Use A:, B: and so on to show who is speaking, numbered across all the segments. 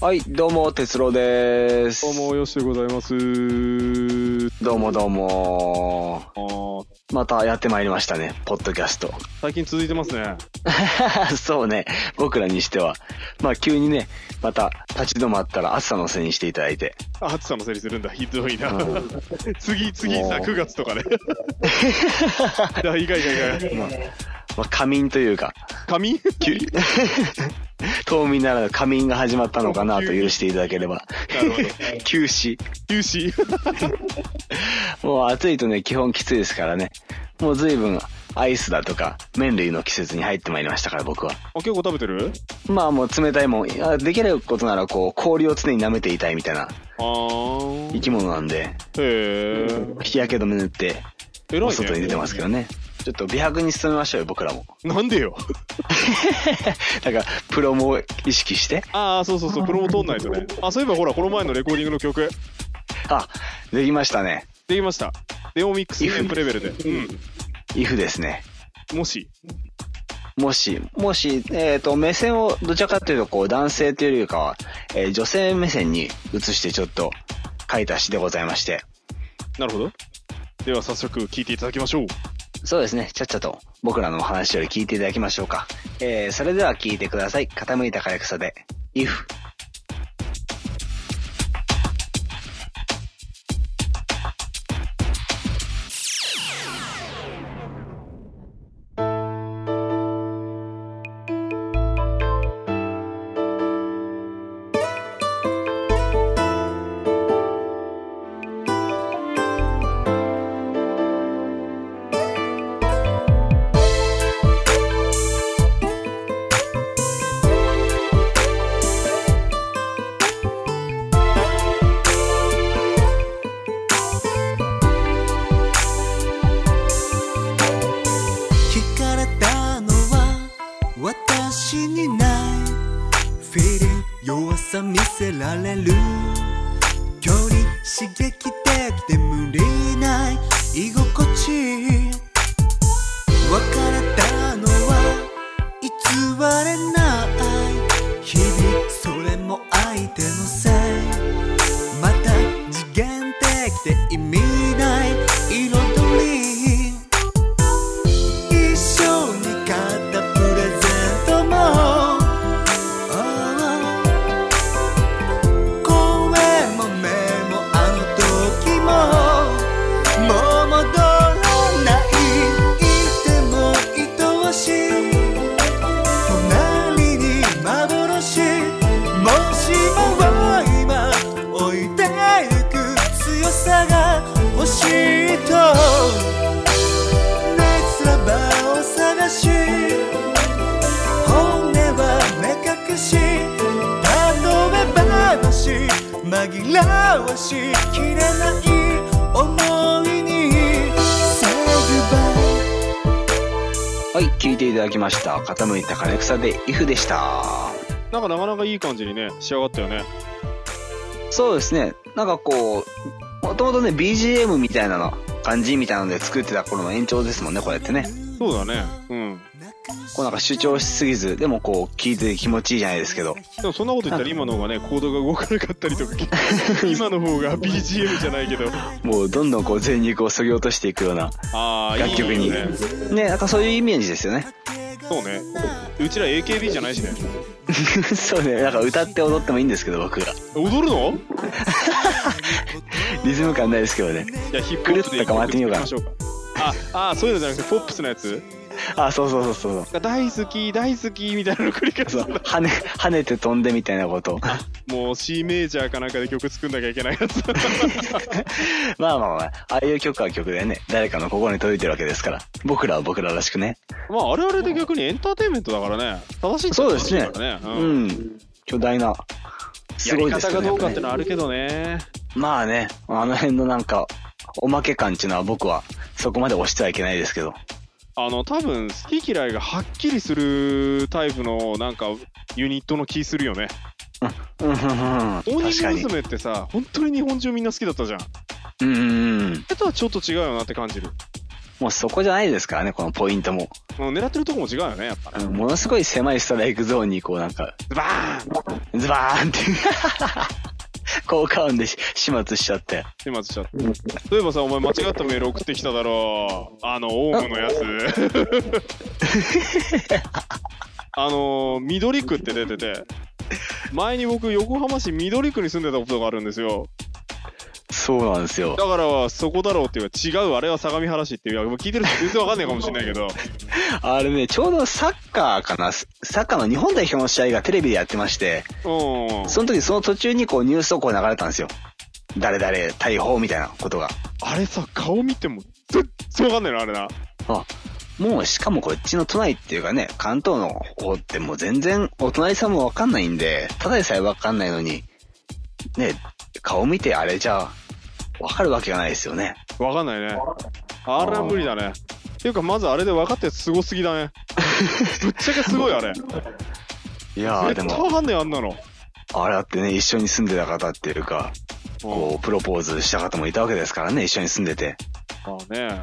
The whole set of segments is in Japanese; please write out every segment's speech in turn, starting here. A: はい、どうも、哲郎です。
B: どうも、よしでございます。
A: どうもどうも。
B: あー
A: またやってまいりましたね、ポッドキャスト。
B: 最近続いてますね。
A: そうね、僕らにしては。まあ、急にね、また立ち止まったら暑さのせいにしていただいて。
B: あ、暑さのせいにするんだ。 ひどいな。
A: う
B: 次、次さ、
A: もう
B: 9月とかね。 いや、いかいかいかい。
A: まあ、仮眠というか、
B: 髪
A: 急 冬眠ならぬ仮眠が始まったのかなと許していただければ。
B: なるほど。
A: 休止。
B: 休止。
A: もう暑いとね、基本きついですからね。もう随分、アイスだとか、麺類の季節に入ってまいりましたから、僕は。
B: あ、結構食べてる
A: まあもう冷たいもん、あできることならこう氷を常に舐めていたいみたいな
B: あ
A: 生
B: ー。
A: き物なんで、
B: へー。
A: 日焼け止め塗って、
B: 偉いね。
A: お外に出てますけどね。ちょっと美白に努めましょうよ、僕らも。
B: なんでよ。
A: だから、プロも意識して。
B: あー、そうそうそう、プロも通んないとね。あ、そういえばほら、この前のレコーディングの曲、
A: あ、できましたね。
B: できました。デオミックステンプレベルで。う
A: イフですね。
B: ん。もし。
A: もし、もし、えっ、と、目線をどちらかというと、こう、男性というよりかは、えー女性目線に移してちょっと書いた詩でございまして。
B: なるほど。では、早速、聞いていただきましょう。
A: そうですね。ちゃっちゃと僕らのお話より聞いていただきましょうか。えー、それでは聞いてください。傾いたから草で。if。
C: 惹かれたのは私にないフィーリング弱さ見せられる距離刺激的で無理ない居心地いい別れたのは偽れない日々それも相手のせいまた次元的で意味ない彩り一緒に買ったプレゼントも Oh 声も目もあの時ももう戻らないいても愛おしい隣に幻もしもは今置いてゆく強さが欲しいとないつらばを探し本音は目隠し例え話紛らわしきれない思いに Say goodbye
A: はい、聞いていただきました。傾いた枯れ草で if でした。
B: なんかなかなかいい感じにね、仕上がったよね。
A: そうですね。なんかこう、もともとね、BGM みたいなの、感じみたいなので作ってた頃の延長ですもんね、これってね。
B: そうだね。うん。
A: こうなんか主張しすぎず、でもこう、聞いてて気持ちいいじゃないですけど。
B: でもそんなこと言ったら今の方がね、コードが動かなかったりと か、今の方が BGM じゃないけど、
A: もうどんどんこう、全力を削ぎ落としていくような。
B: ああ、
A: 楽曲に
B: いいね。
A: ね、なんかそういうイメージですよね。
B: そうね。うちら AKB じゃないしね。
A: そうね、なんか歌って踊ってもいいんですけど、僕が。
B: 踊るの
A: リズム感ないですけどね。
B: じゃあヒップホップで
A: くるっと回ってみようか
B: 一曲作りましょうか。あ、あーそういうのじゃなくて、ポップスのやつ
A: あ、そうそうそうそう
B: が大好き、大好きみたいなの繰り返す
A: そう。そう、跳ね、跳ねて飛んでみたいな こと。
B: もう C メジャーかなんかで曲作んなきゃいけないやつ。
A: まあまあまあ、ああいう曲は曲でね、誰かの心に届いてるわけですから。僕らは僕ららしくね。
B: まあ、あれあれで逆にエンターテインメントだからね。正しいっちゃ
A: そうですね
B: 正しいからね。
A: う
B: うん。
A: ん。巨大な。す
B: や
A: ご
B: り
A: いです
B: 方
A: よ
B: が
A: ね。
B: どうかっ
A: や
B: て
A: っぱね
B: のはあるけどね。
A: まあね、あの辺のなんか、おまけ感っていうのは僕はそこまで押してはいけないですけど。
B: あの多分好き嫌いがはっきりするタイプのなんかユニットの気するよね
A: うん、うん、うん。
B: 大
A: 確
B: 西
A: かに。
B: 娘ってさ本当に日本中みんな好きだったじゃん
A: うん、うんうん。
B: あとはちょっと違うよなって感じる
A: もうそこじゃないですからね、このポイントも。
B: うん狙ってるとこも違うよね、やっぱね。
A: ものすごい狭いストライクゾーンにこうなんか、
B: バーン
A: ズバーンって、効果音でし始末しちゃって。
B: 始末しちゃった。そういえばさ、お前間違ったメール送ってきただろう。あの、オウムの やつ。あの、緑区って出てて、前に僕、横浜市緑区に住んでたことがあるんですよ。
A: そうなんですよ。
B: だから、そこだろうっていうか、違う、あれは相模原市っていう、いやもう聞いてる人全然わかんないかもしれないけど、
A: あれね、ちょうどサッカーかな、サッカーの日本代表の試合がテレビでやってまして、
B: うん。
A: その時その途中にこうニュースをこう流れたんですよ。誰々、逮捕みたいなことが。
B: あれさ、顔見ても、全然わかんないの、あれな。
A: あもうしかもこっちの都内っていうかね、関東の方ってもう全然お隣さんもわかんないんで、ただでさえわかんないのに、ね、顔見てあれじゃ、わかるわけがないですよね。
B: わかんないね。あれは無理だね。っていうか、まずあれで分かったやつすごすぎだね。ぶっちゃけすご いあれ。
A: いやーで
B: 絶対
A: も、
B: 分かんねえ、あんなの。
A: あれだってね、一緒に住んでた方っていうか、こう、プロポーズした方もいたわけですからね、一緒に住んでて。
B: まあね。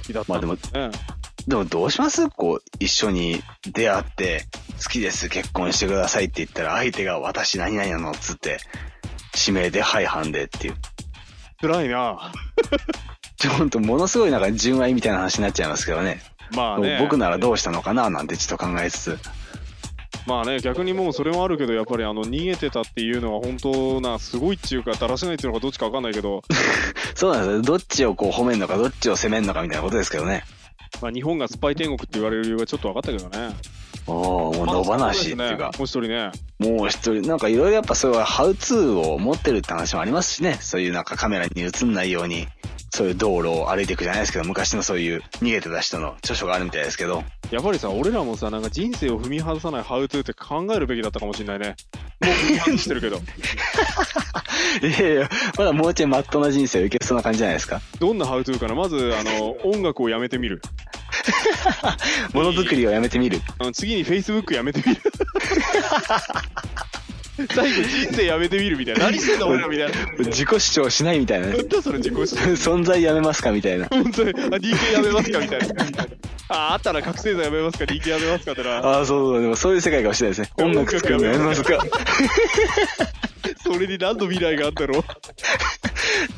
B: 好きだった
A: まあ
B: ん
A: で
B: だ
A: も、
B: ね。
A: でもどうしますこう、一緒に出会って、好きです、結婚してくださいって言ったら、相手が私何々なのっつって、指名で、はい、ハンでっていう。
B: 辛いな。
A: ちょっとものすごいなんか純愛みたいな話になっちゃいますけどね。
B: まあね。
A: 僕ならどうしたのかななんてちょっと考えつつ。
B: まあね、逆にもうそれもあるけど、やっぱりあの、逃げてたっていうのは本当な、すごいっていうか、だらしないっていうのかどっちか分かんないけど、
A: そうなんですよ。どっちをこう褒めんのか、どっちを責めんのかみたいなことですけどね。
B: まあ日本がスパイ天国って言われる理由はちょっと分かったけどね。
A: おー、もう野放しっていう
B: ま
A: か
B: あ。そうですねもう一人ね。
A: もう一人、なんかいろいろやっぱそういうハウツーを持ってるって話もありますしね。そういうなんかカメラに映んないように、そういう道路を歩いていくじゃないですけど、昔のそういう逃げてた人の著書があるみたいですけど。
B: やっぱりさ、俺らもさ、なんか人生を踏み外さないハウトゥーって考えるべきだったかもしれないね。もう踏み外してる けど。
A: いやいや、まだもうちょい真っ当な人生をいけそうな感じじゃないですか。
B: どんなハウトゥーかなまず、あの、音楽をやめてみる。
A: ものづくりをやめてみる。
B: あの次に Facebook やめて みる。最後、人生やめてみるみたいな。何してんだ俺らみたいな。
A: 自己主張しないみたいなね
B: な。んだそれ自己主張。
A: 存在やめますかみたいな。
B: 本当に、あ、DK やめますかみたいな。あ、あったら覚醒剤やめますか ?DK やめますかってな。
A: ああ、そうそう、でもそういう世界かもしれないですね。音楽作るのやめますか
B: それに何の未来があったろう。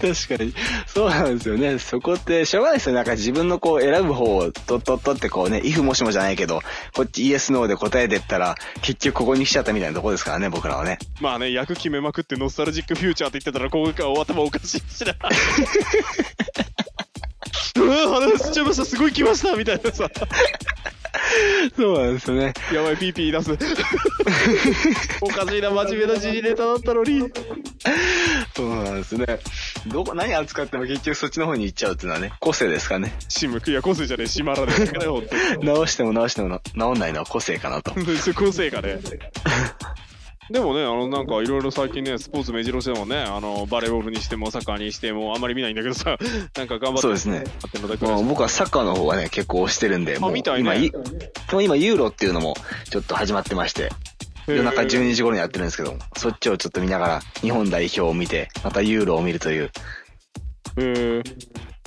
A: 確かに。そうなんですよね。そこって、しょうがないですよ。なんか自分のこう選ぶ方をとっとっとってこうね、if もしもじゃないけど、こっちイエスノーで答えてったら、結局ここに来ちゃったみたいなとこですからね、僕らはね。
B: まあね、役決めまくってノスタルジックフューチャーって言ってたら、ここが頭おかしいしな。 うわ話しちゃいましたすごい来ましたみたいなさ
A: そうなんですよね。
B: やばいピーピー出す おかしいな真面目な時事ネタだったのに
A: そうなんですね。どこ、何扱っても結局そっちの方に行っちゃうっていうのはね、個性ですかね。
B: シム、いや、個性じゃねえ、シマラで。だからよ、ほんとに
A: 直しても直してもな直んないのは個性かなと。
B: 本当にそう個性がね。でもね、あの、なんか、いろいろ最近ね、スポーツ目白押しでもね、あの、バレーボールにしても、サッカーにしても、あんまり見ないんだけどさ、なんか頑張って。
A: そうですね。
B: あってのだけ
A: もう
B: ど。
A: 僕はサッカーの方はね、結構推してるんで、もう
B: みたい
A: 今
B: ね
A: い、でも今ユーロっていうのもちょっと始まってまして、夜中
B: へえ
A: 12時頃にやってるんですけども、そっちをちょっと見ながら日本代表を見て、またユーロを見るという。
B: へえ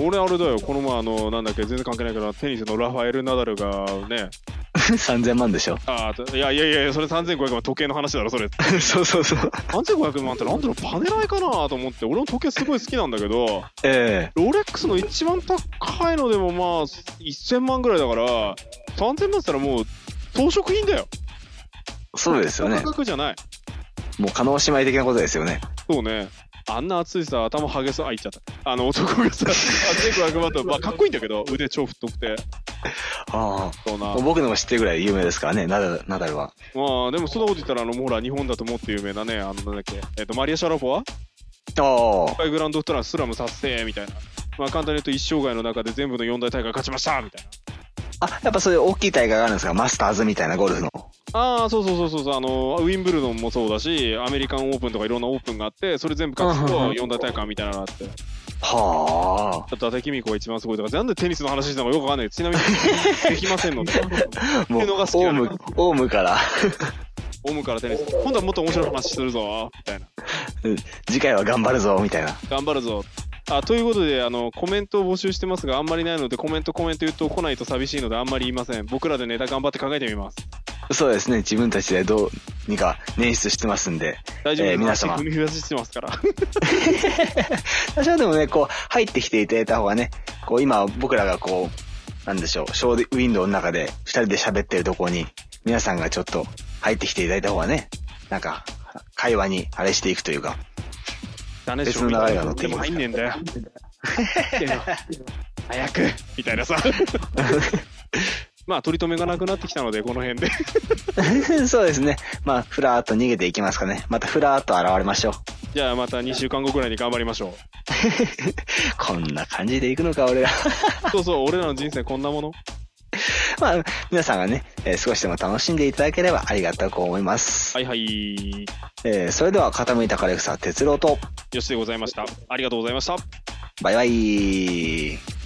B: 俺、あれだよ、この前、あの、なんだっけ、全然関係ないけど、テニスのラファエル・ナダルがね、
A: 3000万でしょ
B: あーいやいやいや、それ3500万、時計の話だろ、 それ。
A: そうそうそう。
B: 3500万って、なんだろう、パネライかなと思って、俺も時計すごい好きなんだけど、
A: え
B: ロレックスの一番高いのでもまあ1000万ぐらいだから3000万って言ったらもう装飾品だよ
A: えそうですよ
B: 価
A: ね。
B: 格じゃない
A: もう可能姉妹的なことですよね。
B: そうねあんな熱いさ頭ハゲそうあいっちゃったあの男がさ 3500万とまあかっこいいんだけど腕超太くて
A: あ
B: そうな
A: あ。僕でも知ってるぐらい有名ですからね、ナダルナダルは。
B: まあでもそんなこと言ったらあのもうほら日本だともっと有名なねあのなんだっけ、えっとマリア・シャラポワ
A: ああ。
B: 世界グランドトランスラム達成みたいなまあ簡単に言うと一生涯の中で全部の四大大会勝ちましたみたいな
A: あ、やっぱそういう大きい大会があるんですかマスターズみたいなゴルフの。
B: ああ、そうそうそうそうそう、あの、ウィンブルドンもそうだし、アメリカンオープンとかいろんなオープンがあって、それ全部勝つ
A: うんうんう
B: と
A: ん
B: 四大大会みたいなのがあって、ちょっ
A: は
B: と伊達公子が一番すごいとか、なんでテニスの話したのかよくわかんないちなみに、できません ので、
A: あ。もう、
B: っていうの
A: オ
B: が好きな
A: ウ
B: の
A: ム、オウムから、
B: オウムからテニス、今度はもっと面白い話するぞ、みたいな、
A: 次回は頑張るぞ、みたいな。
B: 頑張るぞ、あということであのコメントを募集してますがあんまりないのでコメントコメント言うと来ないと寂しいのであんまり言いません僕らでネタ頑張って考えてみます
A: そうですね、自分たちでどうにか捻出してますんで、
B: 大丈夫です、
A: えー皆様
B: 足踏み増やしてますから
A: 私はでもね、こう、入ってきていただいた方がね、こう、今僕らがこう、なんでしょう、ショーウィンドウの中で二人で喋ってるとこに、皆さんがちょっと入ってきていただいた方がね、なんか、会話にあれしていくというか、
B: ダネ
A: 別の流れが乗って
B: で
A: き
B: も
A: ます
B: 入
A: か
B: んね
A: ら
B: んだよ早くみたいなさ まあ取り留めがなくなってきたのでこの辺で
A: そうですね。まあ、ふらーっと逃げていきますかね。またふらーっと現れましょう。
B: じゃあまた2週間後くらいに頑張りましょ
A: こんな感じでいくのか、俺ら。
B: うそうそう俺らの人生こんなもの
A: まあ、皆さんがね、えー少しでも楽しんでいただければありがたく思います。
B: はいはい
A: えーそれでは、傾いたカレクサ、哲郎と、
B: よしでございましたありがとうございました
A: バイバイ。